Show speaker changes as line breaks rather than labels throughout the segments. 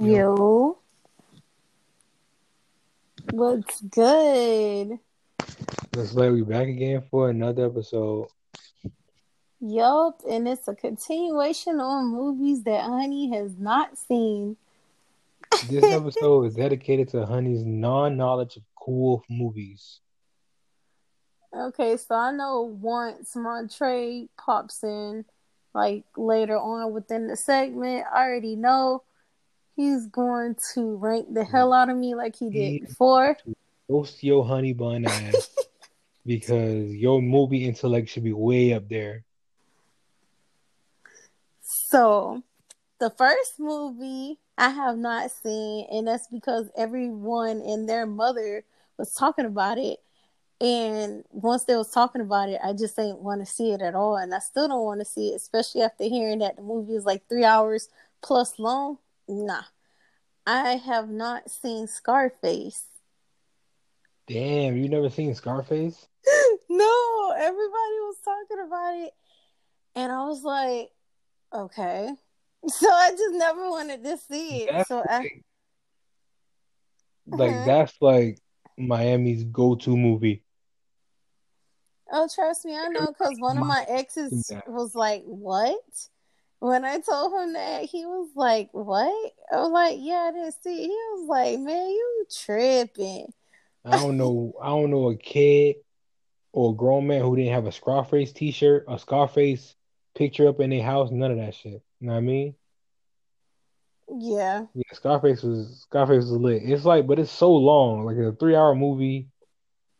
Yo.
Yo, what's good?
Looks like we back again for another episode.
Yup, and it's a continuation on movies that Honey has not seen.
This episode is dedicated to Honey's non-knowledge of cool movies.
Okay, so I know once Montre pops in, like later on within the segment, I already know he's going to rank the hell out of me like he
Yeah.
did before.
Roast your honey bun ass because your movie intellect should be way up there.
So, the first movie I have not seen, and that's because everyone and their mother was talking about it. And once they was talking about it, I just didn't want to see it at all, and I still don't want to see it, especially after hearing that the movie is like three hours plus long. Nah, I have not seen Scarface.
Damn, you never seen Scarface?
no, everybody was talking about it, and I was like, okay. So I just never wanted to see it.
That's
So uh, I,
like, like,
Mhm.
that's like Miami's go-to movie.
oh, trust me, I know because one of my exes
Yeah.
was like, "What?" When I told him that, he was like, "What?" I was like, "Yeah, I didn't see." it." He was like, "Man, you tripping?"
I don't know. I don't know a kid or a grown man who didn't have a Scarface T-shirt, a Scarface picture up in their house. None of that shit. You know what I mean?
Yeah,
Yeah, Scarface was Scarface was lit. It's like, but it's so long, like a three-hour movie.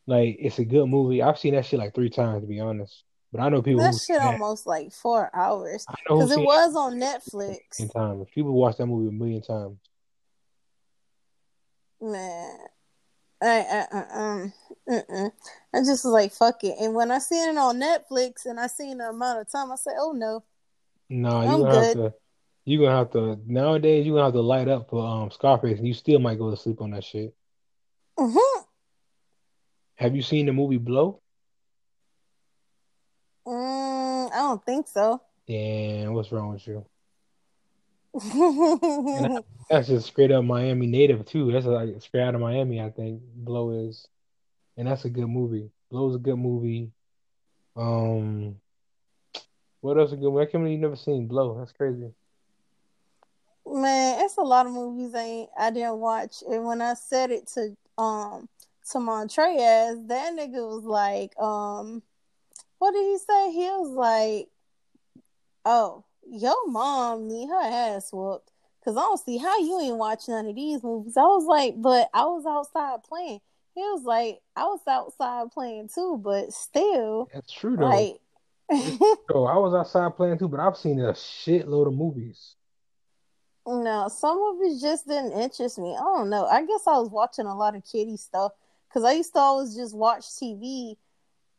Like it's a good movie. I've seen that shit like three times to be honest. But I know people
that
who
shit almost like four hours
I know who
because it
seen it
was on
a
Netflix.
million times. People watch that movie a million times.
Man, I, I, uh, um, mm-mm. I just was like, "Fuck it." And when I seen it on Netflix and I seen the amount of time, I said, "Oh no,
Nah, you
I'm
gonna have
good."
to. You gonna have to nowadays. You gonna have to light up for um Scarface, and you still might go to sleep on that shit.
Mhm.
Have you seen the movie Blow?
Mm, I don't think so.
Damn, what's wrong with you? And I,
yeah,
that's just straight up Miami native too. That's like straight out of Miami, I think. Blow is, and that's a good movie. Blow's a good movie. Um, what else is a good movie? I can't believe you never seen Blow. That's crazy.
man, it's a lot of movies I ain't, I didn't watch, and when I said it to um to Montreas, that nigga was like, um, what did he say? He was like, oh, your mom need her ass whooped, cause I don't see how you ain't watch none of these movies. I was like, but I was outside playing. He was like, I was outside playing too, but still,
That's true though.
like.
So I was outside playing too, but I've seen a shitload of movies.
No, some of it just didn't interest me. I don't know. I guess I was watching a lot of kiddie stuff because I used to always just watch TV.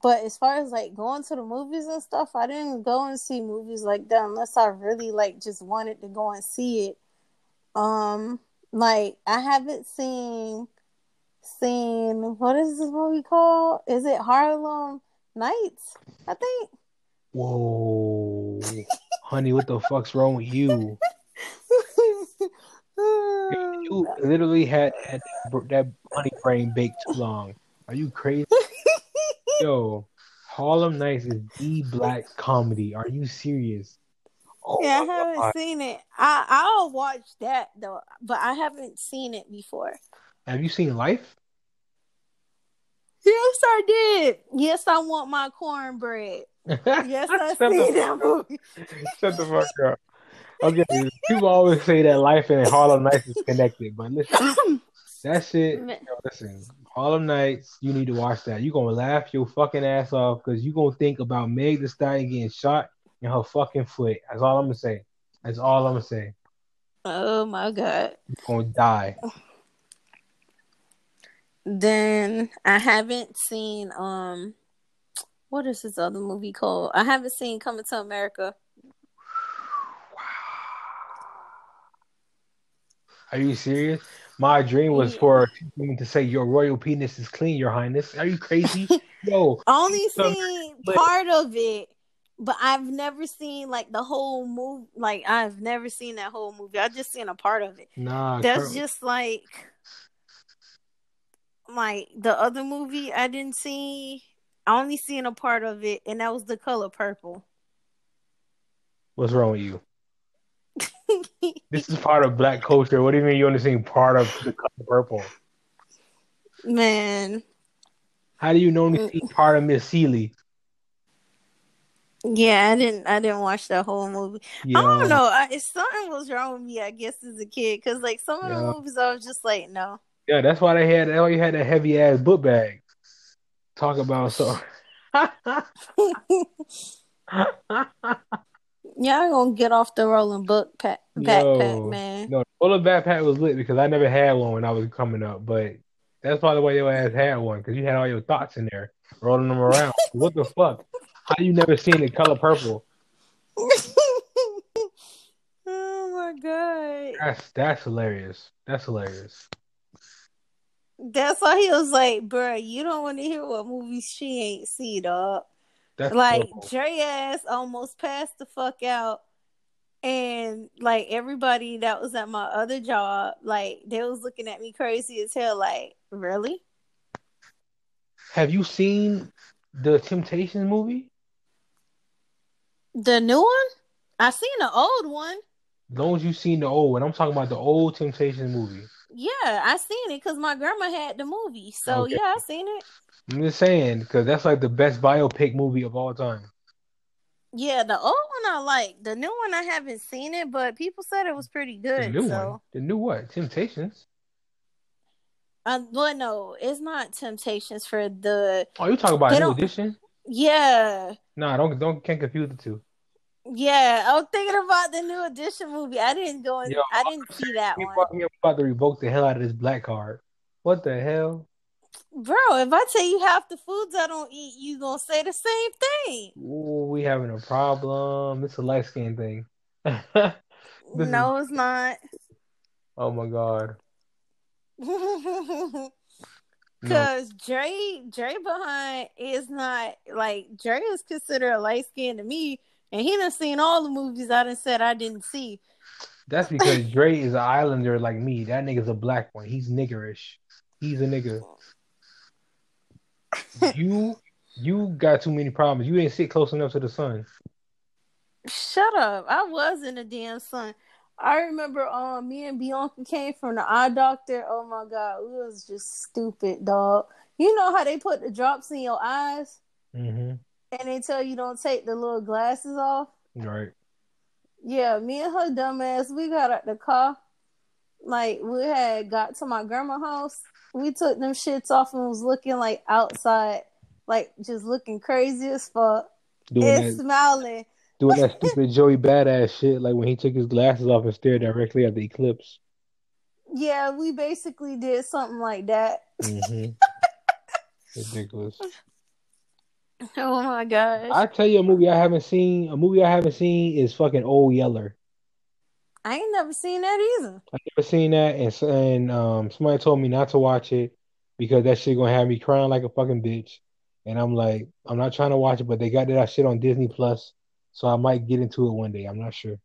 But as far as like going to the movies and stuff, I didn't go and see movies like that unless I really like just wanted to go and see it. Um, like I haven't seen seen what is this movie called? Is it Harlem Nights? I think.
Whoa, honey, what the fuck's wrong with you? You literally had, had that, br- that honey brain baked too long. Are you crazy? Yo, Harlem Nights is the black comedy. Are you serious? Oh
Yeah, I
my
haven't
God.
seen it. I I'll watch that though, but I haven't seen it before.
Have you seen Life?
Yes, I did. Yes, I want my cornbread. Yes, I
Shut
seen
the-
that movie.
Shut the fuck up. Okay, people always say that life and Harlem Nights is connected, but listen, that shit.
Man,
Yo, listen, Harlem Nights, you need to watch that. You're gonna laugh your fucking ass off because you're gonna think about Meg Thee Stallion getting shot in her fucking foot. That's all I'm gonna say. That's all I'm gonna say.
oh my god.
You're gonna die.
Then I haven't seen um what is this other movie called? I haven't seen Coming to America.
Are you serious? My dream was
Yeah.
for someone to say your royal penis is clean, your highness. Are you crazy? Yo,
Only
so-
seen
but-
part of it. but I've never seen like the whole movie. Like I've never seen that whole movie. I just seen a part of it.
Nah,
That's
Kurt-
just like like the other movie I didn't see. I only seen a part of it, and that was the color purple.
what's wrong with you? This is part of black culture. What do you mean you only seen part of the color purple?
Man,
How do you know
Mm.
only see part of Miss Seeley?
yeah, I didn't. I didn't watch that whole movie. I don't know. I, if something was wrong with me, I guess as a kid, because like some of
Yeah.
the movies, I was just like, no.
Yeah, that's why they had. That's why you had that heavy ass book bag. Talk about so.
Y'all gonna get off the rolling book pack, backpack,
No.
man.
No, the bullet backpack was lit because I never had one when I was coming up, but that's probably why your ass had one because you had all your thoughts in there, rolling them around. what the fuck? How you never seen the color purple?
oh my god,
That's that's hilarious. That's hilarious.
that's why he was like, bruh, You don't want to hear what movies she ain't see, dog.
That's
like
horrible.
Dre ass almost passed the fuck out, and like everybody that was at my other job, like they was looking at me crazy as hell. Like, really?
Have you seen the Temptations movie?
The new one? I seen the old one.
As long as you've seen the old one, I'm talking about the old Temptations movie.
Yeah, I seen it because my grandma had the movie. So
Okay.
yeah, I seen it.
I'm just saying because that's like the best biopic movie of all time.
Yeah, the old one I like. The new one I haven't seen it, but people said it was pretty
The
good.
new
so.
one, the new what? Temptations.
Uh, well, no, it's not Temptations for the
Oh, you talking about
They
New
don't-
Edition?
yeah.
Nah, don't don't can't confuse the two.
Yeah, I was thinking about the new edition movie. I didn't go in.
Yo,
I didn't see that
You
one,
fuck me, I'm about to revoke the hell out of this black card. What the hell?
bro. If I tell you half the foods I don't eat, you gonna say the same thing.
Ooh, we having a problem. It's a light skin thing. oh This is-
No, it's not.
Oh my god. No.
Cause Dre, Dre behind is not like Dre is considered a light skin to me, and he done seen all the movies I done said I didn't see.
That's because Dre is an islander like me. That nigga's a black one. He's niggerish. He's a nigger. You you got too many problems. You didn't sit close enough to the sun.
Shut up! I was in the damn sun. I remember, um, me and Bianca came from the eye doctor. Oh my god, we was just stupid, dog. You know how they put the drops in your eyes
hmm
and they tell you don't take the little glasses off.
Right.
Yeah, me and her dumbass, we got out the car. Like we had got to my grandma's house. We took them shits off and was looking like outside, like just looking crazy as fuck
Doing
and
that
smiling.
doing that stupid Joey badass shit like when he took his glasses off and stared directly at the eclipse.
Yeah, we basically did something like that.
hmm Ridiculous.
Oh my gosh.
I tell you a movie I haven't seen. A movie I haven't seen is fucking Old Yeller.
I ain't never seen that either.
I never seen that, and s- and um, somebody told me not to watch it because that shit gonna have me crying like a fucking bitch. And I'm like, I'm not trying to watch it, but they got that shit on Disney Plus, so I might get into it one day. I'm not sure.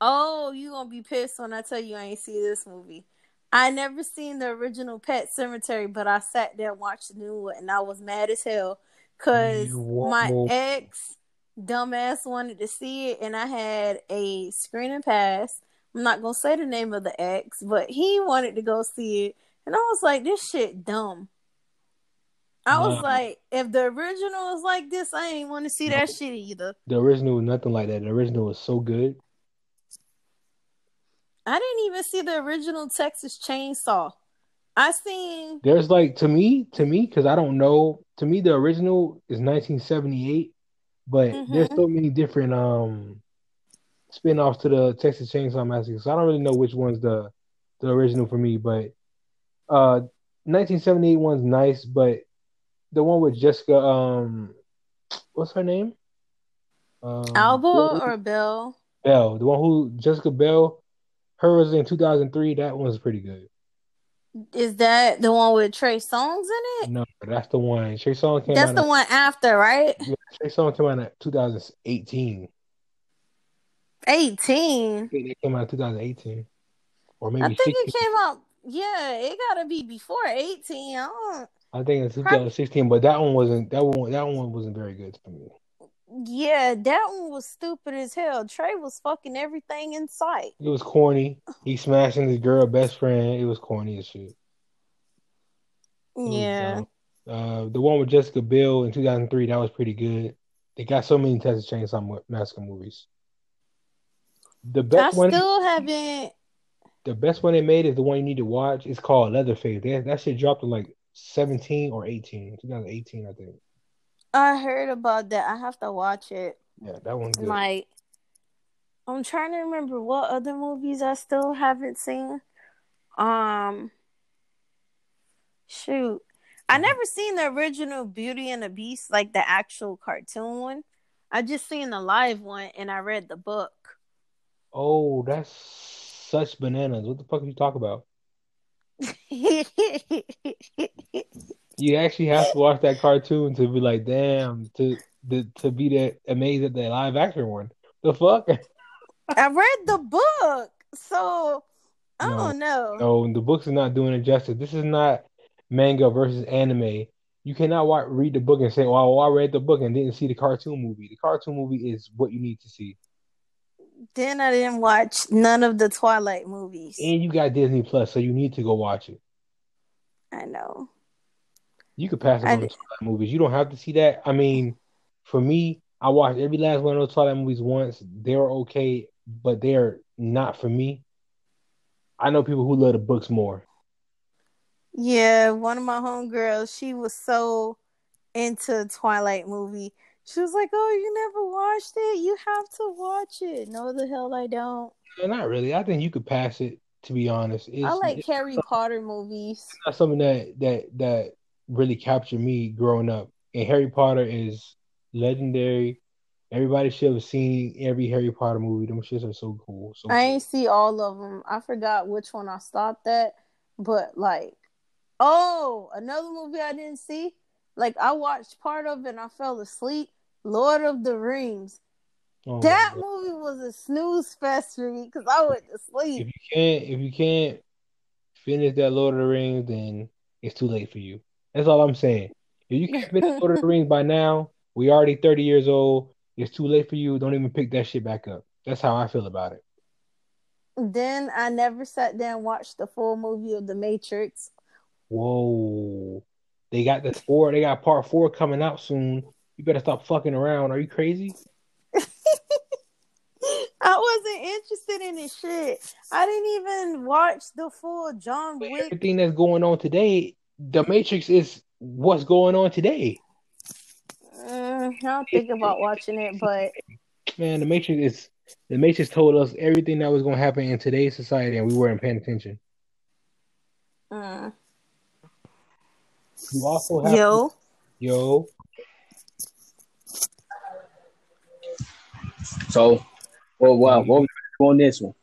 Oh, you gonna be pissed when I tell you I ain't see this movie. I never seen the original Pet Cemetery, but I sat there and watched the new one, and I was mad as hell because
You want
my
more?
ex dumbass wanted to see it, and I had a screening pass. I'm not gonna say the name of the ex, but he wanted to go see it, and I was like, "This shit dumb." I was
Nah.
like, "If the original is like this, I ain't want to see that shit either."
The original was nothing like that. The original was so good.
I didn't even see the original Texas Chainsaw. I seen
There's like to me, to me, because I don't know. To me, the original is 1978, but there's
Mhm.
so many different um spin-offs to the Texas Chainsaw Massacre, so I don't really know which one's the the original for me. But uh, 1978 one's nice, but the one with Jessica, um, what's her name? Um,
Alba or Bell.
Bell, the one who Jessica Bell, her was in 2003. That one's pretty good.
Is that the one with Trey Songs in it?
No, that's the one. Trey Songz came
That's
out.
the one after, right?
Yeah, Trey Songz came out in 2018.
18.
Yeah, It came out in 2018, or maybe
I think it
16.
came out. Yeah, it gotta be before 18. I don't.
I think it's 2016, but that one wasn't that one. That one wasn't very good for me.
Yeah, that one was stupid as hell. Trey was fucking everything in sight.
It was corny. He smashing his girl best friend. It was corny as shit. It was
Yeah.
dumb. Uh, the one with Jessica Biel in 2003 that was pretty good. They got so many Texas Chainsaw Massacre movies. The
I
best one,
still haven't.
the best one they made is the one you need to watch. It's called Leatherface. They, that shit dropped in like 17 or 18, 2018, I think.
I heard about that. I have to watch it.
Yeah, that one's good.
Like, I'm trying to remember what other movies I still haven't seen. Um, shoot, I
Mm-hmm.
never seen the original Beauty and the Beast, like the actual cartoon one. I just seen the live one, and I read the book.
Oh, that's such bananas. What the fuck are you talking about? You actually have to watch that cartoon to be like, damn, to to, to be that amazed at the live action one. The fuck?
I read the book, so I
No.
don't know.
No, the books are not doing it justice. This is not manga versus anime. You cannot wa read the book and say, "Well, I read the book and didn't see the cartoon movie." The cartoon movie is what you need to see,
Then I didn't watch none of the Twilight movies.
and you got Disney Plus, so you need to go watch it.
I know.
You could pass up
I
on the Twilight movies. You don't have to see that. I mean, for me, I watched every last one of those Twilight movies once. They're okay, but they're not for me. I know people who love the books more.
Yeah, one of my homegirls, she was so into Twilight movie. She was like, "Oh, you never watched it? You have to watch it." No, the hell I don't.
Yeah, Not really. I think you could pass it, to be honest.
I
It's-
like Harry Potter movies.
not something that that that really captured me growing up. And Harry Potter is legendary. Everybody should have seen every Harry Potter movie. Them shits are so cool. So
I
cool.
ain't see all of them. I forgot which one I stopped at, but like, oh, another movie I didn't see. Like I watched part of it and I fell asleep. Lord of the Rings.
Oh my
That
God.
movie was a snooze fest for me because I went to
if
sleep.
you can't if you can't finish that Lord of the Rings, then it's too late for you. That's all I'm saying. If you can't finish Lord of the Rings by now, we already 30 years old. It's too late for you. Don't even pick that shit back up. That's how I feel about it.
Then I never sat down and watched the full movie of The Matrix.
Whoa. They got the four, they got part four coming out soon. You better stop fucking around. Are you crazy?
I wasn't interested in this shit. I didn't even watch the full John
But
Wick.
everything that's going on today, the Matrix is what's going on today.
Mm, I don't think about watching it, but
Man, the Matrix is the Matrix told us everything that was gonna happen in today's society and we weren't paying attention.
mm.
You also have
yo,
yo.
So, well, wow, what was on this one?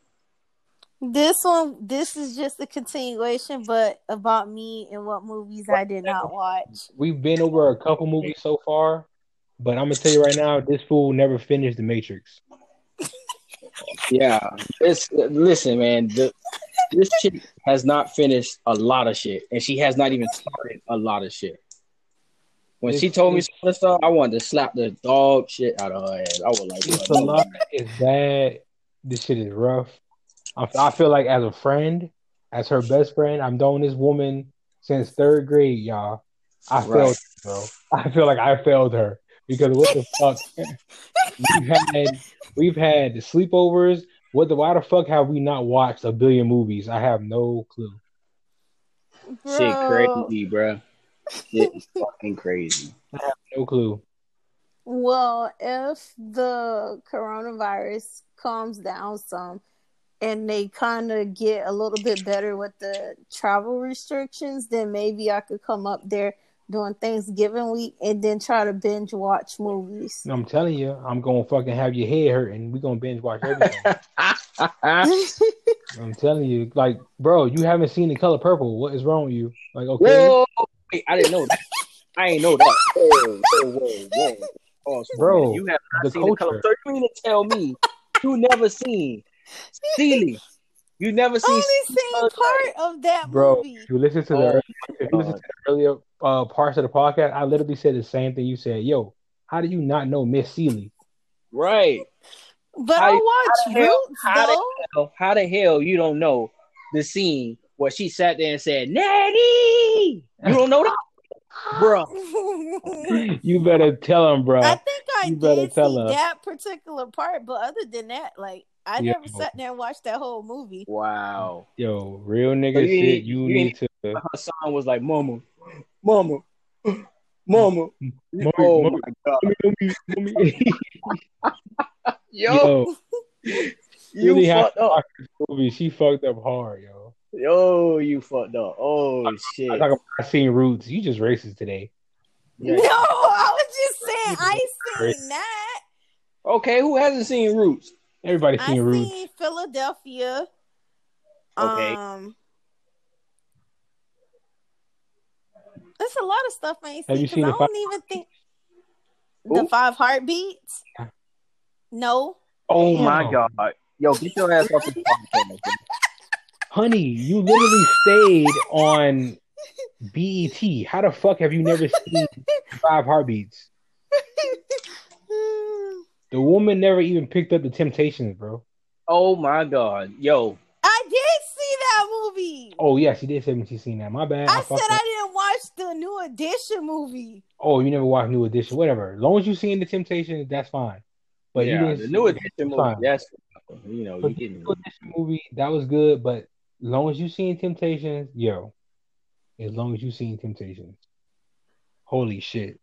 this one, this is just a continuation, but about me and what movies I did not watch.
We've been over a couple movies so far, but I'm gonna tell you right now, this fool never finished the Matrix.
Yeah, it's listen, man. The, this chick has not finished a lot of shit, and she has not even started a lot of shit. When she told me some of the stuff, I wanted to slap the dog shit out of her ass. I was like,
It's a lot. It's bad. This shit is rough. I, I feel like as a friend, as her best friend, I'm known this woman since third grade, y'all. I
Right.
failed, her, bro. I feel like I failed her because what the fuck? we've had we've had sleepovers. What the why the fuck have we not watched a billion movies? I have no clue.
shit
Bro,
crazy, bro. Shit is fucking crazy.
No clue.
Well, if the coronavirus calms down some and they kind of get a little bit better with the travel restrictions, then maybe I could come up there. during Thanksgiving week and then try to binge watch movies.
I'm telling you, I'm gonna fucking have your head hurt, and we're gonna binge watch everything. I'm telling you, like, bro, you haven't seen the color purple. What is wrong with you? Like, okay,
Whoa, wait, I didn't know that. I ain't know that. Whoa, whoa, whoa, whoa. Oh, so
Bro,
you have not
the
seen
culture.
the color. So you mean to tell me you never seen Steely? You never seen
Only seen part of that
bro.
movie.
If you listen to
Oh,
the if you listen
God.
to the earlier uh, parts of the podcast, I literally said the same thing you said. Yo, how do you not know Miss Seeley?
right?
But
How-
I watch
how the hell-
Roots
how the-
though.
So How the hell you don't know the scene where she sat there and said "Nanny"? You don't know that, bro?
you better tell him, bro.
I think I
you better
did see
tell us.
that particular part, but other than that, like I
Yeah.
never sat there and watched that whole movie.
Wow.
Yo, real nigga
So you
shit.
ain't-
You,
you
need to.
Her song was like "Mama, Mama, Mama."
Mommy,
oh
mommy.
my god,
Mommy, mommy.
yo,
yo,
you
really have
fucked
to
up.
watch this movie. She fucked up hard, yo.
Yo, you fucked up. Oh shit.
I talk about I seen Roots. You just racist today.
Yeah.
No, I was just saying I
Crazy.
seen that.
Okay, who hasn't seen Roots?
Everybody
I
seen Roots.
seen Philadelphia.
Okay.
Um, there's a lot of stuff I ain't
Have you
seen
seen
because I
the
don't even think the
Who?
five heartbeats. No,
Oh
Damn.
my god. Yo, get your ass off this podcast.
Honey, you literally stayed on BET. How the fuck have you never seen Five Heartbeats? The woman never even picked up the Temptations, bro.
Oh my god. Yo.
I did see that movie.
Oh yeah, she did say when she seen that. My bad.
I
I
said
fucked up.
I didn't watch the new edition movie.
Oh, you never watched New Edition. Whatever. As long as you seen the Temptations, that's fine. But you
yeah,
didn't
the
see
new edition
It's
movie.
fine.
That's you know, you didn't
New Edition movie. That was good, but as long as you seen Temptations, yo. As long as you seen Temptations. Holy shit.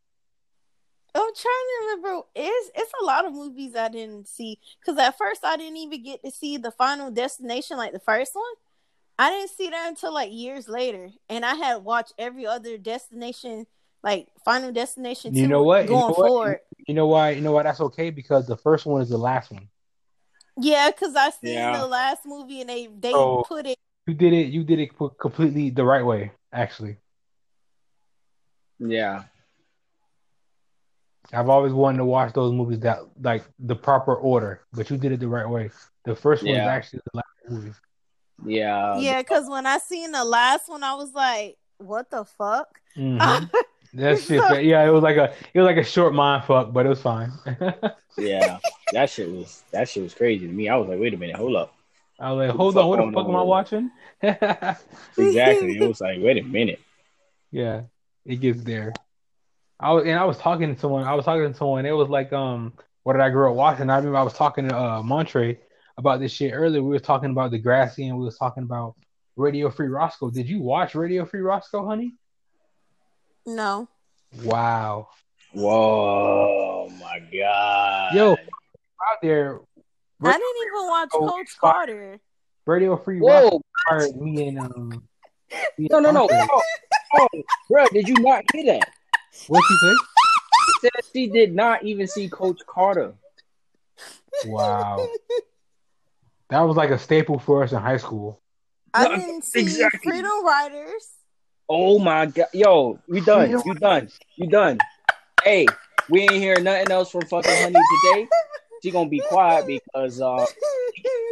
I'm trying to remember. It's it's a lot of movies I didn't see because at first I didn't even get to see the Final Destination like the first one. I didn't see that until like years later, and I had watched every other destination like Final Destination.
You
2
know what? You
Going
know what?
forward,
You know why? You know why that's okay because the first one is the last one.
yeah, because I seen
Yeah.
the last movie and they they
So-
put it.
You did it. You did it co- completely the right way. Actually,
Yeah.
I've always wanted to watch those movies that like the proper order, but you did it the right way. The first one is
Yeah.
actually the last
Uh,
movie.
Yeah.
yeah, because when I seen the last one, I was like, "What the fuck?"
Mhm. that shit. that- yeah, it was like a it was like a short mind fuck, but it was fine.
Yeah. That shit was that shit was crazy to me. I was like, wait a minute, hold up.
I was like, hold
Fuck
on, what the
on
fuck am I
over.
watching?
Exactly. it was like, wait a minute.
Yeah, it gets there. I was and I was talking to someone. I was talking to someone. It was like, um, what did I grow up watching? I remember I was talking to uh Montre about this shit earlier. We were talking about the grassy and we was talking about Radio Free Roscoe. Did you watch Radio Free Roscoe, honey?
No,
Wow.
Whoa my god.
Yo, out there,
I didn't even watch
Oh,
Coach
fuck.
Carter.
Radio Free Roscoe
Whoa.
fired me and um me
No,
and
no, no.
Montre.
Oh, oh, bro, did you not hear that?
What you
said she did not even see Coach Carter.
say? Wow. That was like a staple for us in high school.
I
No,
didn't see
exactly.
Freedom Riders.
Oh my god, yo, you done, you done, you done. Hey, we ain't hearing nothing else from fucking Honey today. She gonna be quiet because uh,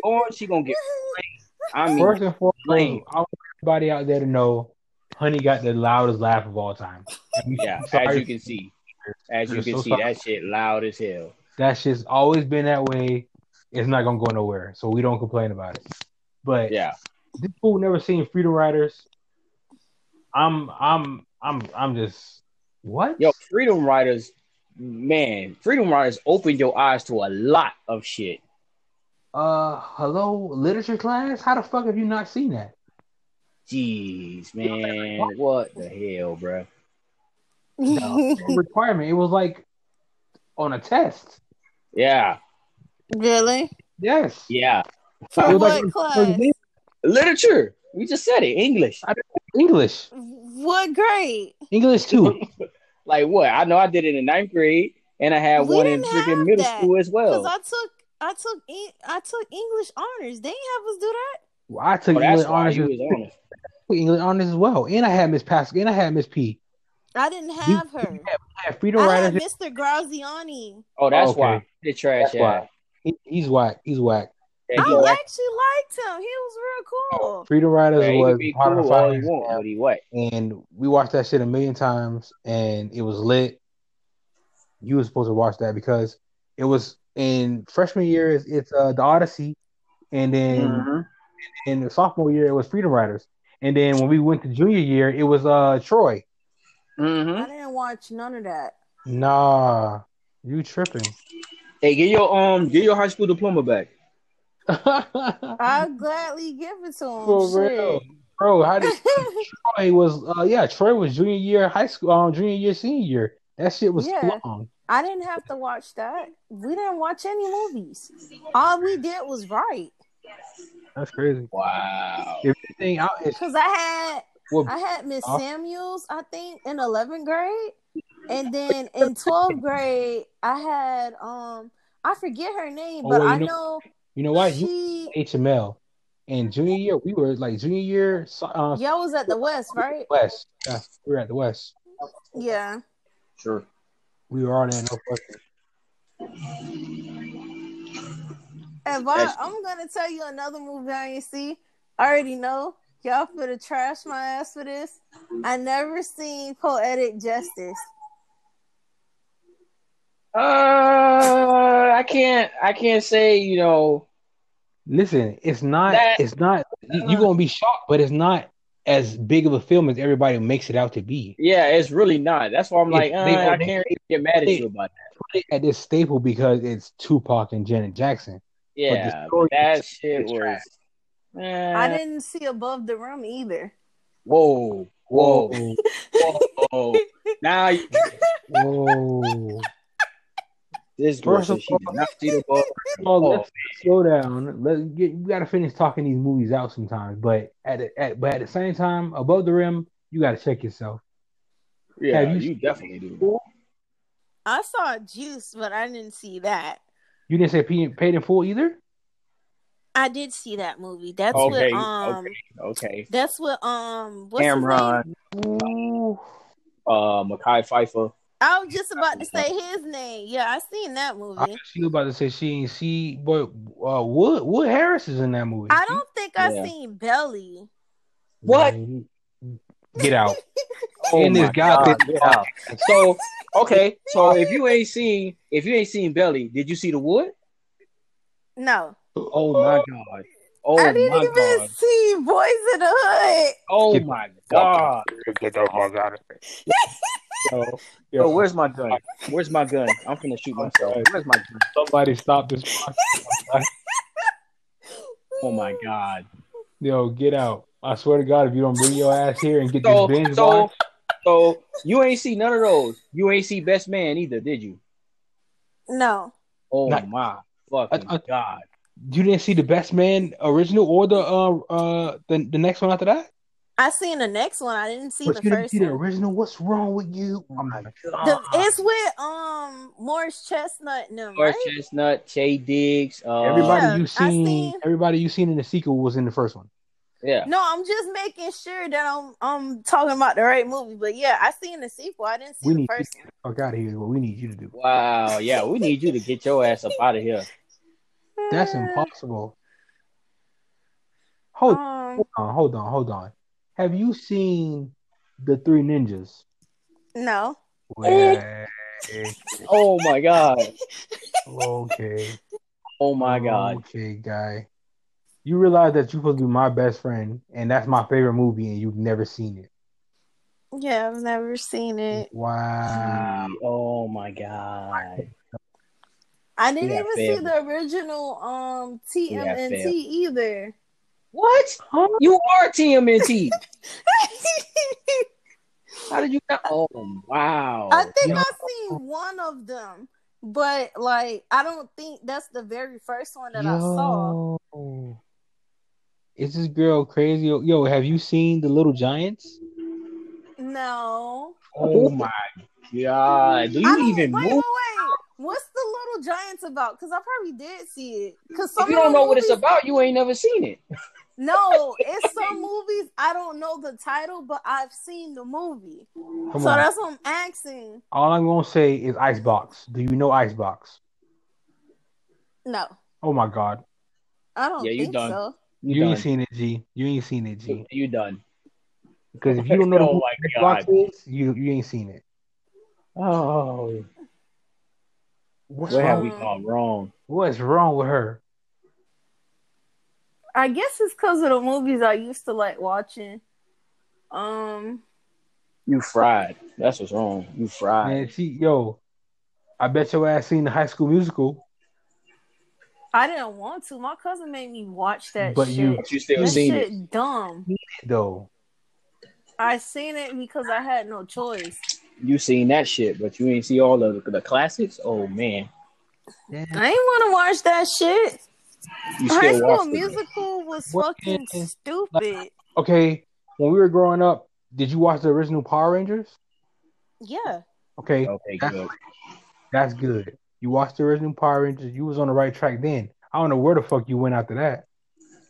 or she gonna get. I mean,
First and foremost,
Lame.
I want everybody out there to know Honey got the loudest laugh of all time. And we-
yeah,
sorry,
as you can see, as you can see, that shit loud as hell.
that shit's always been that way. It's not gonna go nowhere, so we don't complain about it. But
Yeah,
this fool never seen Freedom Riders. I'm, I'm, I'm, I'm just what?
yo, Freedom Riders, man, Freedom Riders opened your eyes to a lot of shit.
Uh, hello, literature class. How the fuck have you not seen that?
Jeez, man, what the hell, bruh?
Requirement. It was like on a test.
Yeah,
really?
Yes.
yeah.
For
It was
what
like-
class?
Literature. We just said it. English.
English.
What grade?
English too.
Like what? I know I did it in ninth grade, and I had
We
one in
didn't have
freaking middle
that,
school as
Because
well.
I took I took E- I took English honors. They ain't have us do that.
Well, I took
Oh, that's
English
why
honors.
you
with-
was on it.
English honors as well, and I had Miss Pascal, and I had Miss P.
I didn't have her.
I had freedom
I had
riders.
Mr. Graziani.
Oh, that's
Okay.
why the trash
That's why.
ass.
He- he's whack. He's whack.
Yeah,
I
he whack.
actually liked him. He was real cool.
Freedom Riders
Yeah, he
was
can be
part of
cool all he
finance,
want, but he whack.
and we watched that shit a million times, and it was lit. You were supposed to watch that because it was in freshman year. It's, it's uh, the Odyssey, and then in
Mm-hmm.
the sophomore year it was Freedom Riders, and then when we went to junior year it was uh Troy. Hmm?
Mm-hmm.
I didn't watch none of that.
Nah, you tripping?
Hey, get your um, get your high school diploma back.
I'll gladly give it to him.
Hmm. For real, bro. How did Troy was? Uh, yeah, Troy was junior year high school, um, junior year, senior year. That shit was
Yeah.
long.
I didn't have to watch that. We didn't watch any movies. All we did was write.
That's crazy.
Wow.
If anything, I, it's,
Cause I had
well,
I had Miss
Huh?
Samuels, I think, in eleventh grade, and then in twelfth grade, I had um I forget her name,
Oh,
but
wait,
I
you
know
you know why you
she
HML and junior year we were like junior year so- uh,
y'all was at the West, right?
West. Yeah, we were at the West.
Yeah,
Sure.
We were already in Northwestern.
and I,
That's-
I'm gonna tell you another movie I ain't see. I already know y'all finna trash my ass for this. I never seen Poetic Justice.
Uh, I can't. I can't say. You know.
Listen, it's not.
That-
it's not. You're gonna be shocked, but it's not as big of a film as everybody makes it out to be.
Yeah, it's really not. That's why I'm
Yeah,
like, uh,
they-
I
they-
can't really get mad at
they-
you about that.
Put it at this staple because it's Tupac and Janet Jackson.
Yeah,
story
that
is-
shit
is
was.
trash.
I
Eh,
didn't see Above the Rim either.
Whoa, whoa,
Whoa,
whoa! now you-
whoa.
this girl
First of
said she did not see the ball.
Well,
Oh,
let's slow down. Let get, we gotta finish talking these movies out sometimes. But at, the- at but at the same time, above the rim, you gotta check yourself.
Yeah,
Have you
you,
seen-
definitely do.
I saw Juice, but I didn't see that.
You didn't say pay, paid in full either.
I did see that movie. That's
Oh,
Okay,
what um
Okay,
that's what um what's his name?
Cameron, uh, Makai Pfeiffer.
I was just about to say his name. Yeah, I seen that
I
movie.
she was about to say she ain't see, but uh, Wood Wood Harris is in that movie.
I don't think I
Yeah.
seen Belly.
What?
Get out!
Oh
and this
my
guy,
God, yeah. So okay, so if you ain't seen if you ain't seen Belly, did you see the wood?
No.
Oh my god! Oh
I didn't
my
even
god!
see Boys in the Hood.
Oh
Get-
my god!
get the fuck out of here! Yo,
Yo, where's my gun? Where's my gun? I'm gonna shoot myself. Where's my gun?
somebody stop this! podcast.
Oh my god!
Yo, get out! I swear to God, if you don't bring your ass here and get
So
this binge
so uh,
watch,
so you ain't see none of those. You ain't see Best Man either, did you?
No.
Oh
Not-
my fucking
I- I-
god!
oh you didn't see the Best Man original or the uh uh the, the next one after that.
I seen the next one. I didn't see
But
the
you didn't
first
see the
one.
original. Uh-uh. What's wrong with you?
Oh my
The-
god!
it's with um Morris Chestnut and them,
Or
right?
Chestnut, Che Diggs. Uh,
everybody
Yeah,
you
I
seen,
seen-
everybody you seen in the sequel was in the first one.
Yeah.
No, I'm just making sure that I'm I'm talking about the right movie. But yeah, I seen the sequel. I didn't see
We
the
need-
first one.
Fuck out of here! is Oh, What we need you to do?
Wow. Yeah, we need you to get your ass up out of here.
That's
Uh,
impossible. Hold
Um,
hold on, hold on, hold on. Have you seen the Three Ninjas?
no.
Well,
Oh my god.
okay.
Oh my god.
Okay, guy. You realize that you're supposed to be my best friend, and that's my favorite movie, and you've never seen it.
Yeah, I've never seen it.
Wow.
Gee, Oh my god.
I didn't
Yeah,
even
fair.
see the original um
Yeah,
TMNT
fair.
either.
What?
Huh?
You are TMNT. How did you not? Oh wow.
I think
Yo.
I seen one of them, but like I don't think that's the very first one that I saw.
Yo. Is this girl crazy? Yo, have you seen the Little Giants?
No.
Oh my god!
I
Do you
don't-
even
wait,
move?
wait, wait. What's the Little Giants about? Because I probably did see it. Because
If you don't know what it's about, you ain't never seen it.
No, it's some movies I don't know the title, but I've seen the movie.
Come
so
on.
that's what I'm asking.
All I'm gonna say is Icebox. Do you know Icebox?
No,
Oh my god.
I don't
Yeah, you
think
done.
so.
You,
You
ain't
done.
seen it, G. You ain't seen it, G.
You done?
Because if you don't know
Oh
who
my
Icebox is, you you ain't seen it.
Oh,
What's
where have
wrong?
we gone wrong?
What's wrong with her?
I guess it's because of the movies I used to like watching. Um,
You fried. That's what's wrong. You
Man,
fried.
she yo, I bet your ass seen the High School Musical,
I didn't want to. My cousin made me watch that
But
shit.
you-
But you still
that
seen
shit
it.
dumb.
though.
I seen it because I had no choice.
You seen that shit, but you ain't see all of the, the classics. Oh man,
I ain't want to watch that shit.
you
High
still
School
watched
Musical was
What
fucking
is-
stupid.
Okay, when we were growing up, did you watch the original Power Rangers?
Yeah.
Okay,
it. Okay,
That's-
good.
that's good. You watched the original Power Rangers. You was on the right track then. I don't know where the fuck you went after that.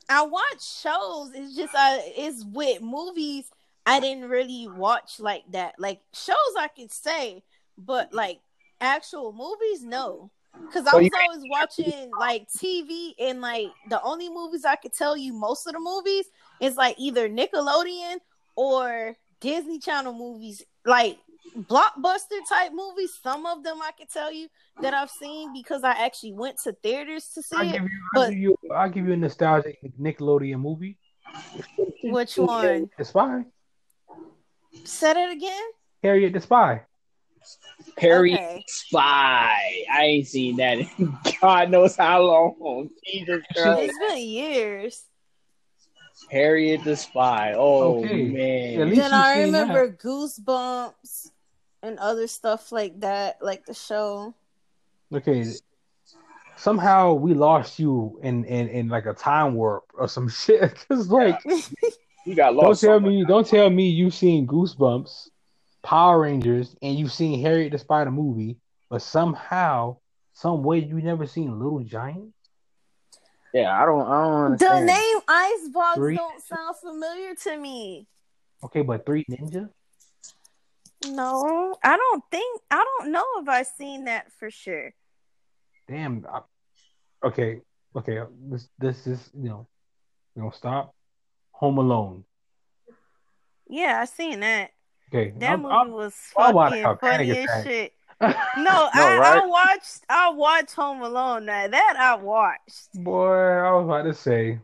I watch shows. It's just I it's with movies I didn't really watch like that. Like shows I could say, but like actual movies, no. Cause I
Well,
was always watching like TV and like the only movies I could tell you most of the movies is like either Nickelodeon or Disney Channel movies. Like blockbuster type movies, some of them I could tell you that I've seen because I actually went to theaters to see
I
it.
give you, I
but-
give you, I give you a nostalgic Nickelodeon movie.
Which one?
The Spy,
Said it again?
Harriet the Spy.
Harry
Okay.
Spy. I ain't seen that in God knows how long. Jesus Christ.
It's been years.
Harriet the Spy. Oh
Okay.
man.
At least
Then
you've
I
seen that.
remember Goosebumps and other stuff like that, like the show.
Okay, somehow we lost you in in, in like a time warp or some shit. Cause like,
you got
don't
lost.
tell
somewhere.
me, don't tell me you've seen Goosebumps, Power Rangers, and you've seen Harriet the Spider movie, but somehow, some way, you never seen Little Giant.
Yeah, I don't I don't
The
understand.
name Icebox
Three.
don't sound familiar to me.
Okay, but Three Ninja.
No, I don't think I don't know if I've seen that for sure.
Damn. I- okay, okay. This this is you know, we gonna stop. Home Alone.
Yeah, I seen that.
Okay.
That
I'm-
movie
I'm-
was
I'm about to
fucking
have a panic
funny as
attack.
shit. No, I,
right?
I watched I watched Home Alone now. That I watched.
Boy, I was about to say.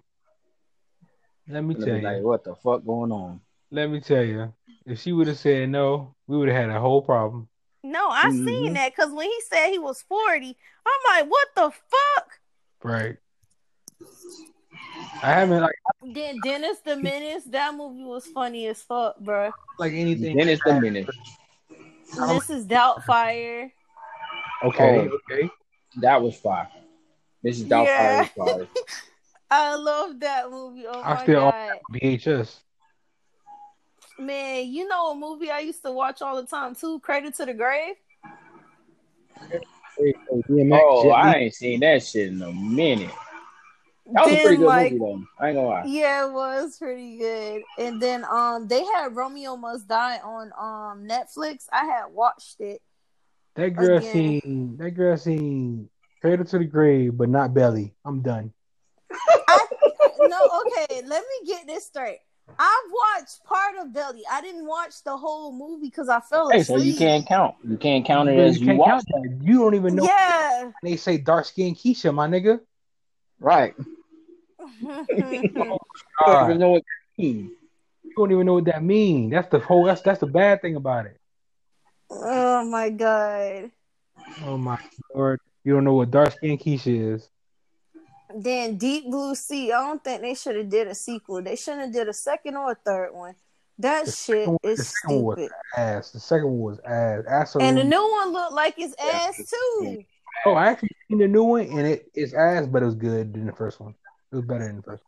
Let me
Gonna
tell
be like,
you.
what the fuck going on?
Let me tell you. If she would have said no, we would have had a whole problem.
No, I seen
Mm-hmm.
Mhm.
that because when he said he was 40, I'm like, what the fuck?
Right. I haven't like,
Then Dennis the Menace, that movie was funny as fuck, bro.
like anything.
Dennis the Menace.
Mrs. Doubtfire.
Okay.
Oh.
Okay.
That was fire. This is Doubtfire
Yeah.
was fire.
I love that movie. Oh
I
my
still-
god.
VHS.
Man, you know a movie I used to watch all the time too, Cradle to the Grave?
Oh, I ain't seen that shit in a minute. That was a pretty
Then
good
like
movie though. I ain't gonna lie.
yeah, it was pretty good. And then um they had Romeo Must Die on um Netflix. I had watched it.
that girl
again.
seen that girl seen cradle to the grave, but not belly. I'm done.
no, okay, let me get this straight. I've watched part of Belly. I didn't watch the whole movie because I fell
Hey,
asleep.
so you can't count. You can't count it as you
can't
watch.
count that. You don't even know
Yeah.
they say dark skinned Keisha, my nigga.
Right. You don't even know what that means.
you don't even know what that means. That's the whole that's that's the bad thing about it.
oh my god.
Oh my lord. You don't know what dark skinned Keisha is.
Then Deep Blue Sea. I don't think they should have did a sequel. They shouldn't have did a second or a third one. That
The
shit
second one- the
is
second one was
stupid.
Ass. The second one was ass. Ass
And the
already-
new one looked like it's ass too.
Oh, I actually seen the new one and it, it's ass, but it was good than the first one. It was better than the first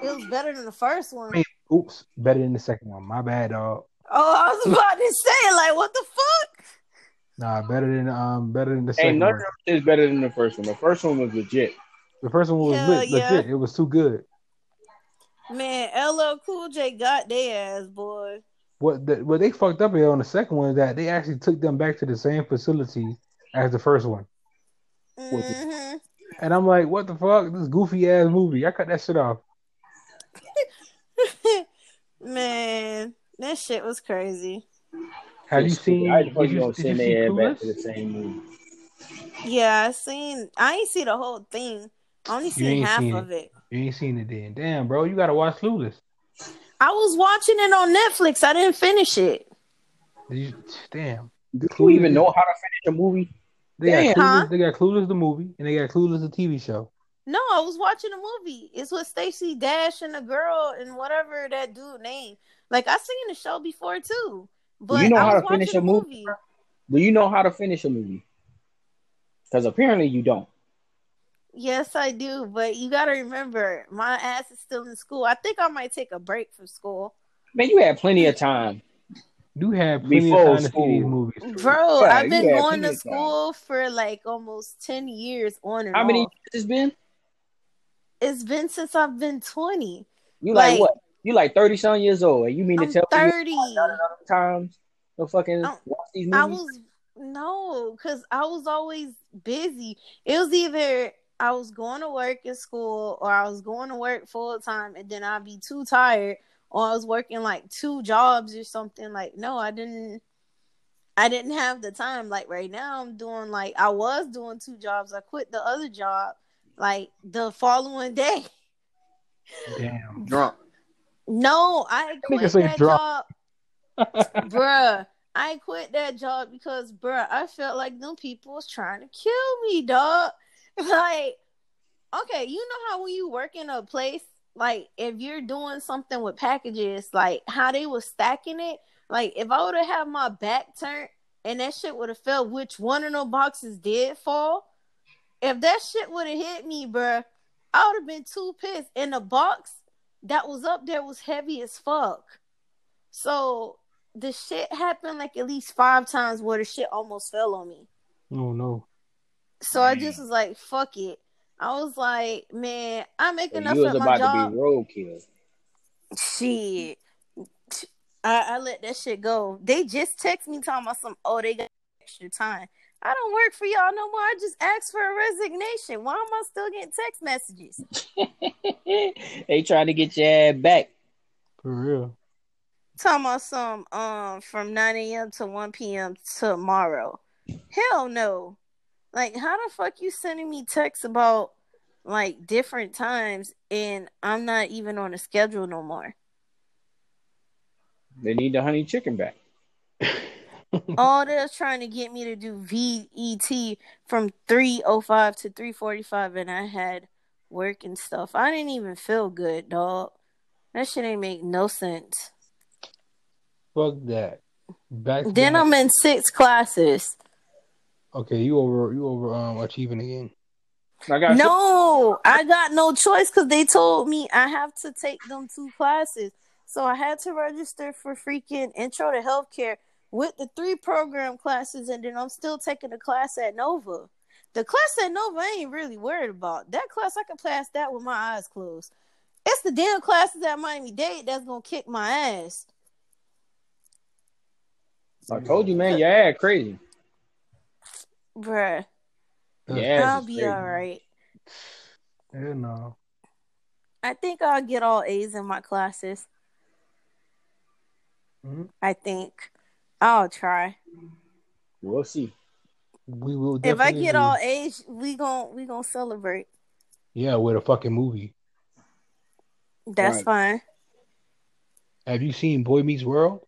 It was better than the first one.
I mean, oops, better than the second one. My bad, dog.
Oh, I was about to say, like, what the fuck?
Nah, better than um, better than the
Ain't
second
none of
one.
them is better than the first one. The first one was legit.
The first one was
Hell
lit,
yeah.
legit. It was too good.
Man, LL Cool J got their ass, boy.
What the, what they fucked up here on the second one is that they actually took them back to the same facility as the first one.
hmm
And I'm like, what the fuck? This goofy ass movie. I cut that shit off.
Mm-hmm. Man, that shit was crazy.
Have you
It's
seen?
stupid. I just
Did
you
you,
gonna
did you
send
see
their ass back to the
Clueless?
same movie.
Yeah, I seen. I ain't see the whole thing. I only seen
ain't
half
seen
of it.
You ain't seen it then. Damn, bro, you gotta watch Clueless.
I was watching it on Netflix. I didn't finish it.
Did you, damn.
Do you even know how to finish a movie?
They got,
Damn.
Clueless,
Huh?
they got Clueless the movie and they got Clueless the TV show.
No, I was watching a movie. It's with Stacey Dash and the girl and whatever that dude name. Like I seen the show before too. But
You know
I
how
was
to finish
watching
a
the
movie?
movie.
Do you know how to finish a movie? Because apparently you don't.
Yes, I do. But you gotta remember, my ass is still in school. I think I might take a break from school,
Man, you had plenty of time.
You had plenty
Before
of time to see
school.
these movies.
bro.
Yeah,
I've
you
been going to
had plenty of time.
school for like almost ten years on and
How many years
off.
it's been?
It's been since I've been twenty.
You like,
Like-
what? You like thirty some years old, and you mean
I'm
to tell me you
thirty.
times no fucking
I'm-
watch these
I
movies?
was no, because I was always busy. It was either I was going to work in school or I was going to work full time and then I'd be too tired or I was working like two jobs or something. Like, no, I didn't I didn't have the time. Like right now I'm doing like I was doing two jobs. I quit the other job like the following day.
Damn.
drunk.
No, I
Nigga
quit
say
that
drop.
job bruh, I quit that job because, bruh, I felt like them people was trying to kill me, dog. Like, okay, you know how when you work in a place, like if you're doing something with packages, like how they was stacking it. Like if I would have had my back turned and that shit would have fell, which one of them boxes did fall. If that shit would have hit me, bruh, I would have been too pissed. And the box that was up there was heavy as fuck. So the shit happened like at least five times where the shit almost fell on me.
Oh no.
So I just was like, fuck it. I was like, man, I make
You
enough
was
at my job.
about to be roadkill.
Shit. I, I let that shit go. They just text me talking about some, oh, they got extra time. I don't work for y'all no more. I just asked for a resignation. Why am I still getting text messages?
they trying to get your ass back.
For real.
Talking about some um from 9 a.m. to 1 p.m. tomorrow. Hell no. Like how the fuck you sending me texts about like different times and I'm not even on a schedule no more.
They need the honey chicken back.
All they're trying to get me to do VET from 305 to 345 and I had work and stuff. I didn't even feel good, dog. That shit ain't make no sense.
Fuck that. Back to
Then
the-
I'm in six classes.
Okay, you over you over um achieving again.
I got
No, I got no choice because they told me I have to take them two classes. So I had to register for freaking intro to healthcare with the three program classes, and then I'm still taking the class at Nova. The class at Nova I ain't really worried about. That class, I can pass that with my eyes closed. It's the damn classes at Miami Dade that's gonna kick my ass.
I told you, man, your ass crazy.
Bruh,
Uh,
Your ass is
I'll be
crazy.
alright.
Hell no.
I think I'll get all A's in my classes.
Mm-hmm.
Mhm.
I think. I'll try.
We'll see.
We will
If I
definitely
get
be-
all A's, we gon' we gon' celebrate.
Yeah, with a fucking movie.
That's
Right.
fine.
Have you seen Boy Meets World?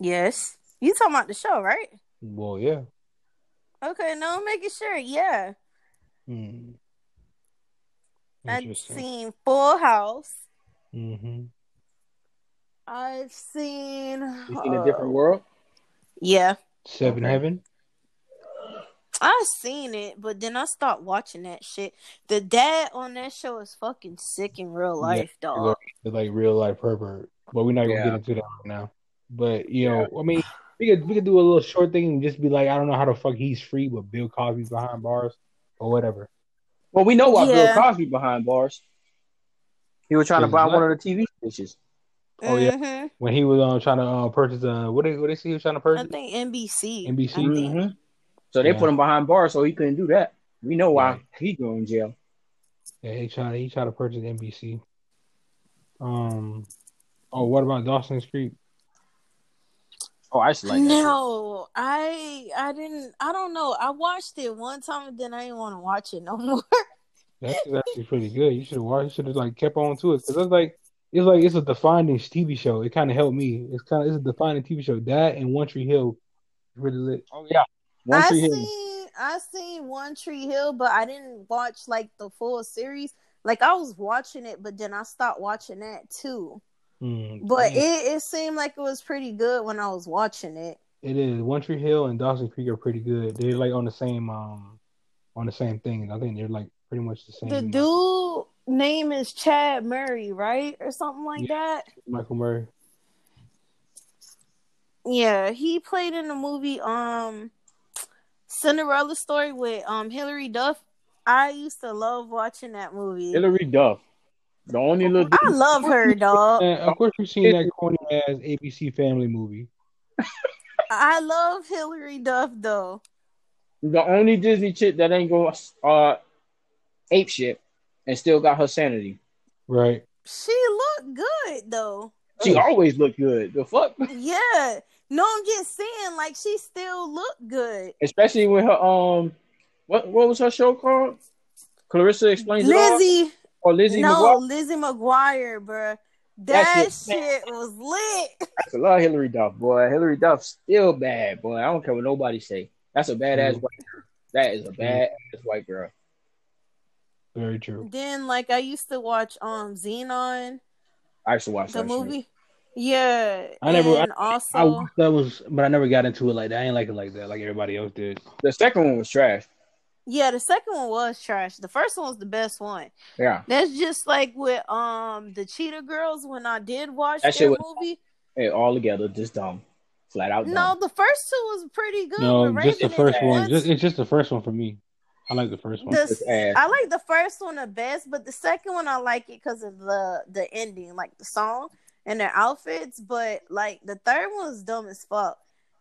Yes. You talking about the show, right?
Well, yeah.
Okay, no, I'm making sure. Yeah.
Hmm.
I've seen Full House.
Mm-hmm.
I've seen
You seen a
uh,
different world?
Yeah.
Seven
Okay.
Heaven.
I seen it, but then I stopped watching that shit. The dad on that show is fucking sick in real life, dog.
It's like real life pervert. But we're not gonna
Yeah.
get into that right now. But you know, I mean, we could we could do a little short thing and just be like, I don't know how the fuck he's free, but Bill Cosby's behind bars or whatever.
Well, we know why
Yeah.
Bill Cosby behind bars. He was trying to
Is
buy
what?
one of the TV stations.
Oh, yeah.
Mhm.
When he was uh, trying to uh, purchase uh, what did what did he say he was trying to
I
purchase?
think NBC.
NBC?
I think.
Mhm. So they
Yeah.
put him behind bars, so he couldn't do that. We know why
Right.
he going to jail.
Yeah, he tried he tried to purchase NBC. Um, oh, what about Dawson's Creek?
Oh, I used to like that shit.
no, I I didn't. I don't know. I watched it one time and then I didn't want to watch it no more.
That's actually pretty good. You should have watched. You should have like kept on to it because it's like it's like it's a defining TV show. It kind of helped me. It's kind of it's a defining TV show. That and One Tree Hill, really lit.
Oh yeah, one
I
tree hill.
seen I seen One Tree Hill, but I didn't watch like the full series. Like I was watching it, but then I stopped watching that too.
Mm,
But
yeah,
it, it seemed like it was pretty good when I was watching it.
it is One Tree Hill and Dawson Creek are pretty good. They're like on the same um on the same thing. I think they're like pretty much the same.
The dude name is Chad Murray, right? Or something like that.
Michael Murray.
Yeah, he played in the movie um Cinderella story with um Hillary Duff. I used to love watching that movie.
Hillary Duff, the only little
I love her, dog.
And of course, you've seen that corny ass ABC Family movie.
I love Hillary Duff though.
the only Disney chick that ain't going uh ape shit and still got her sanity.
Right.
She looked good though.
She always looked good. The fuck,
Yeah. No, I'm just saying, like she still looked good.
especially when her um, what what was her show called? Clarissa explains it
Lizzie,
all. Or Oh, Lizzie
no,
McGuire.
Lizzie McGuire, bruh.
That
That,
shit-
shit was lit.
That's a lot of Hillary Duff, boy. Hillary Duff still bad, boy. I don't care what nobody say. That's a badass
Mhm.
white girl. That is a badass white girl.
Very true.
Then, like, I used to watch um Xenon,
I used to watch
the
that shit.
movie. Yeah,
I never- I-
And also,
I watched that was, but I never got into it like that. I ain't like it like that, like everybody else did.
The second one was trash.
yeah, the second one was trash. The first one was the best one.
Yeah,
That's just like with um the Cheetah Girls. When I did watch
That
that,
shit was-
movie,
Hey, all together, just dumb, flat out dumb.
no, the first two was pretty good.
No,
but
just the
Raven is
first one.
nuts.
Just, it's just the first one for me. I like the first one.
The,
It's
s-
ass.
I like the first one the best, but the second one I like it because of the the ending, like the song and their outfits. But like the third one was dumb as fuck.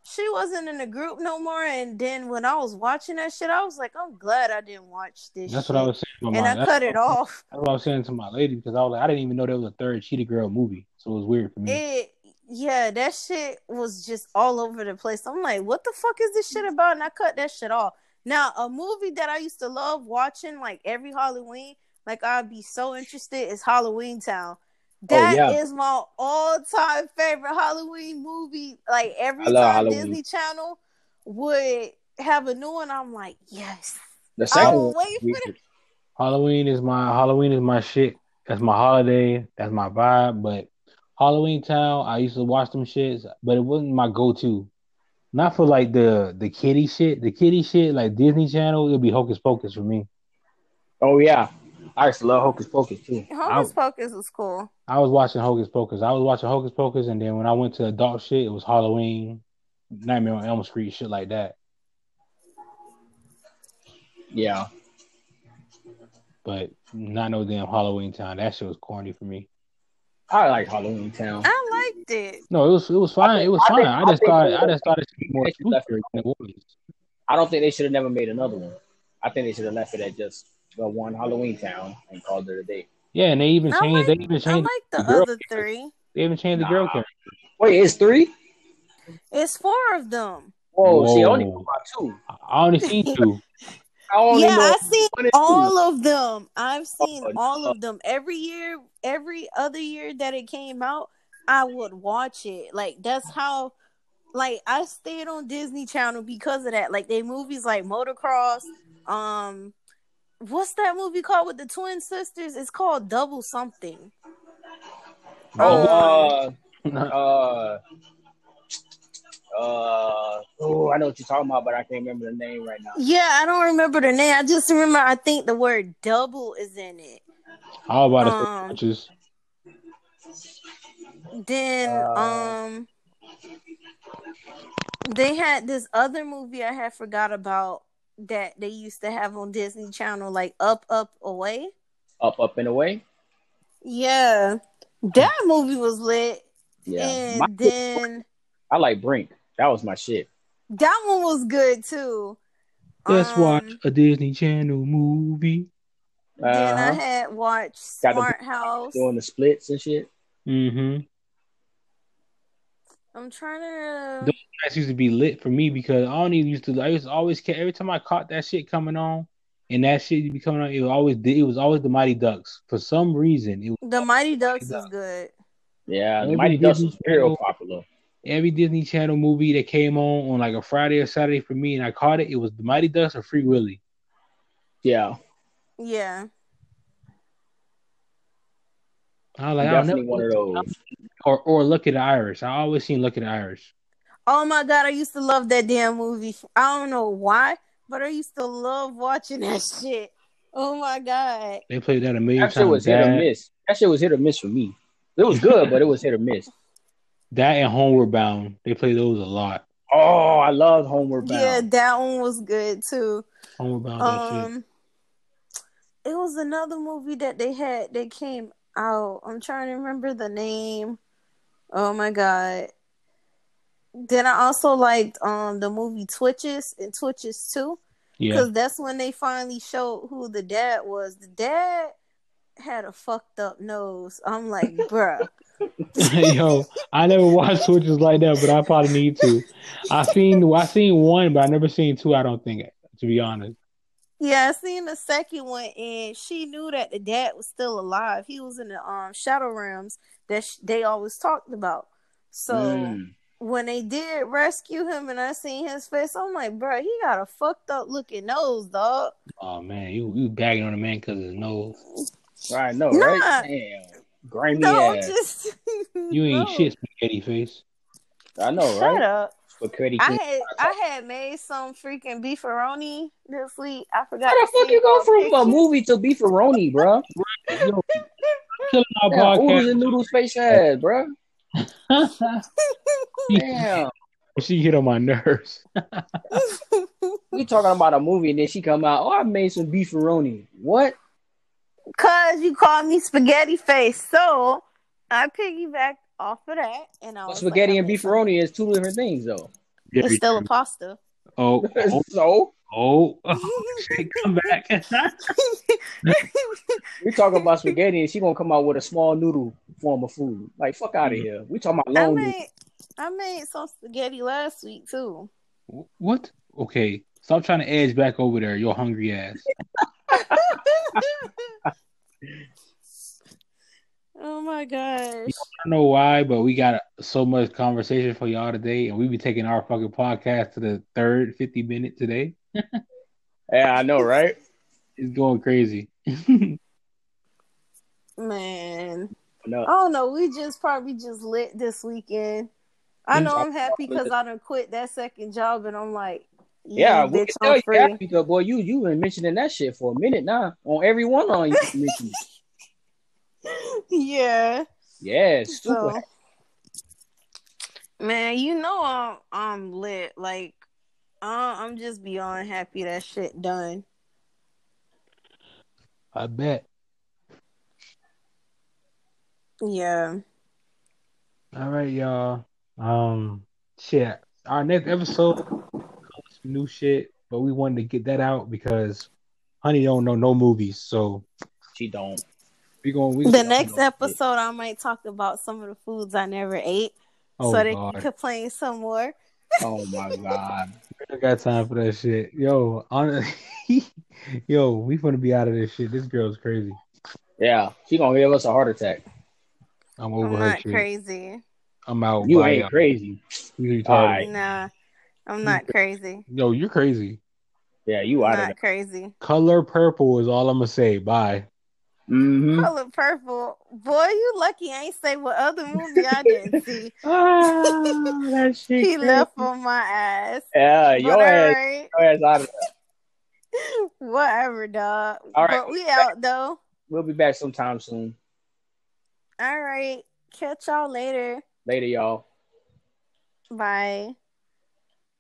She wasn't in the group no more, and then when I was watching that shit, I was like, I'm glad I didn't watch this.
That's what I
shit.
was saying. To
and
my,
I
that's,
cut it off.
that's what I was saying to my lady because I was like, I didn't even know there was a third Cheetah Girl movie, so it was weird
Mm.
for me.
It, yeah, that shit was just all over the place. I'm like, what the fuck is this shit about? And I cut that shit off. Now, a movie that I used to love watching like every Halloween, like I'd be so interested, is Halloween Town. That is
Oh, yeah.
my all time favorite Halloween movie. Like every
I
time
love Halloween.
Disney Channel would have a new one, I'm like, yes.
The
I
second
will oh,
one,
wait for
we-
the
Halloween is my Halloween is my shit. That's my holiday. That's my vibe. But Halloween Town, I used to watch them shits, but it wasn't my go to. Not for like the the kitty shit. The kitty shit, like Disney Channel, it'll be Hocus Pocus for me.
oh yeah, I used to love Hocus Pocus too.
Hocus Pocus is cool.
I was watching Hocus Pocus. I was watching Hocus Pocus, and then when I went to adult shit, it was Halloween, Nightmare on Elm Street, shit like that.
Yeah,
But not no damn Halloween Town. That shit was corny for me.
I like Halloween Town.
I liked it.
No, it was it was fine. It was
I
fine.
think-
I
I
just
think-
thought I just thought it should be more
I think-
truthier than it was.
I don't think they should have never made another one. I think they should have left it at just the one Halloween Town and called it a day.
Yeah, and they even
I
changed.
like-
they even
I
changed.
like the
girl
other three.
They even changed the girl
Nah.
character.
Wait, it's three?
It's four of them.
Whoa, see, I
Whoa.
only know about two.
I only seen two.
I only
yeah,
know
I've seen
one and two.
all of them. I've seen
Oh,
all of them. Every year, every other year that it came out, I would watch it. Like that's how like I stayed on Disney Channel because of that. Like they movies like Motocross, um what's that movie called with the twin sisters? It's called Double Something.
Oh, uh, uh, uh, oh, I I know what you're talking about, but I can't remember the name right now.
Yeah, I don't remember the name. I just remember I think the word double is in it.
How about um,
Um,
it? Just
Then
Uh,
um they had this other movie I had forgot about that they used to have on Disney Channel, like Up Up Away.
Up, up and away.
Yeah. That movie was lit.
Yeah,
And
My-
then
I like Brink. That was my shit.
that one was good too.
let's
Um,
watch a Disney Channel movie.
Then I
Uh-huh.
had watched
Got the-
Smart House.
Doing the splits and shit.
Mm-hmm.
I'm trying to.
The- That used to be lit for me because I don't even used to. I used to always ca- every time I caught that shit coming on, and that shit be coming on. It was always it was always the Mighty Ducks for some reason. It was
The Mighty Ducks
Ducks.
was good.
Yeah,
Every
Mighty Dust
Disney
was real
channel-
popular.
every Disney Channel movie that came on on like a Friday or Saturday for me, and I caught it. It was the Mighty Ducks or Free Willy.
Yeah,
Yeah.
I was like, I
definitely
don't
one
know,
of those.
or or Lucky the Irish. I always seen Lucky the Irish.
Oh my God, I used to love that damn movie. I don't know why, but I used to love watching that shit. Oh my God.
They played that a million
That shit
times.
was hit or
That-
miss. That shit was hit or miss for me. It was good, but it was hit or miss.
That and Homeward Bound, they play those a lot.
Oh, I love Homeward Bound.
Yeah, that one was good too.
Homeward Bound, that shit.
Um, it was another movie that they had that came out. I'm trying to remember the name. Oh my god. Then I also liked um the movie Twitches and Twitches too,
Yeah,
because that's when they finally showed who the dad was. The dad had a fucked up nose. I'm like, bruh.
yo, I never watched switches like that, but I probably need to. I seen I seen one, but I never seen two. I don't think, to be honest.
Yeah, I seen the second one, and she knew that the dad was still alive. He was in the um shadow realms that sh- they always talked about. So.
Mm.
when they did rescue him and I seen his face, I'm like, bruh, he got a fucked up looking nose, dog.
Oh man, you you bagging on a man because his nose.
I know,
Nah.
right? Damn. Grimy
No, I'm
ass.
just
You ain't
No.
shit, spaghetti face.
I know,
Shut
right?
up.
For Credit
I
King.
had I had made some freaking beefaroni this week. I forgot.
How
to
the fuck
send
you go from
pictures.
a movie to beefaroni, bro?
Yo, killing our
Yeah, oodles
podcast.
and noodles face ass, bro.
She-
Damn.
she hit on my nerves.
We talking about a movie and then she come out. Oh, I made some beefaroni. What?
Cause you called me spaghetti face, so I piggybacked off of that, and I
Well,
was
spaghetti
like, I
and
made some-
beefaroni is two different things, though.
It's still a pasta.
oh, oh,
so
oh, shit, come back.
we talking about spaghetti and she gonna come out with a small noodle form of food. Like fuck out of here. We talking about
I
long noodles.
made I made some spaghetti last week too.
what? Okay, stop trying to edge back over there, your hungry ass.
oh my gosh.
I don't know why, but we got so much conversation for y'all today, and we be taking our fucking podcast to the third fifty minute today.
Yeah, I know, right?
It's going crazy.
Man.
No.
I don't know. We just probably just lit this weekend. I know I'm happy because I done quit that second job and I'm like,
Yeah, we
bitch,
can tell
I'm
you that
free.
because boy, you you been mentioning that shit for a minute now on every one on you. been mentioning.
yeah.
yeah, super.
So man, you know I'm I'm lit. Like I- I'm just beyond happy that shit done.
I bet.
Yeah.
All right, y'all. Um, shit. Our next episode, come with some new shit, but we wanted to get that out because Honey don't know no movies, so
she don't.
we going. We
The next
episode.
episode, I might talk about some of the foods I never ate,
Oh
so they can
god,
complain some more.
Oh my god.
I don't got time for that shit. Yo, on, yo, we gonna be out of this shit. This girl's crazy.
Yeah, she gonna give us a heart attack.
I'm
I'm
over her
not
shit.
crazy.
I'm out.
You
Bye,
ain't
y'all.
crazy.
You retarded.
All right.
Nah, I'm not crazy.
Yo, you're crazy.
Yeah, you out of
Not crazy.
Color purple is all I'm gonna say. Bye.
Mm-hmm.
Color purple. Boy, you lucky I ain't say what other movie I didn't see.
Ah, that shit.
He
crazy.
left on my ass.
Yeah,
But
your ass,
alright.
your ass out of there.
Whatever, dog.
All right.
But we out though.
We'll be back sometime soon.
All right. Catch y'all later.
Later, y'all.
Bye.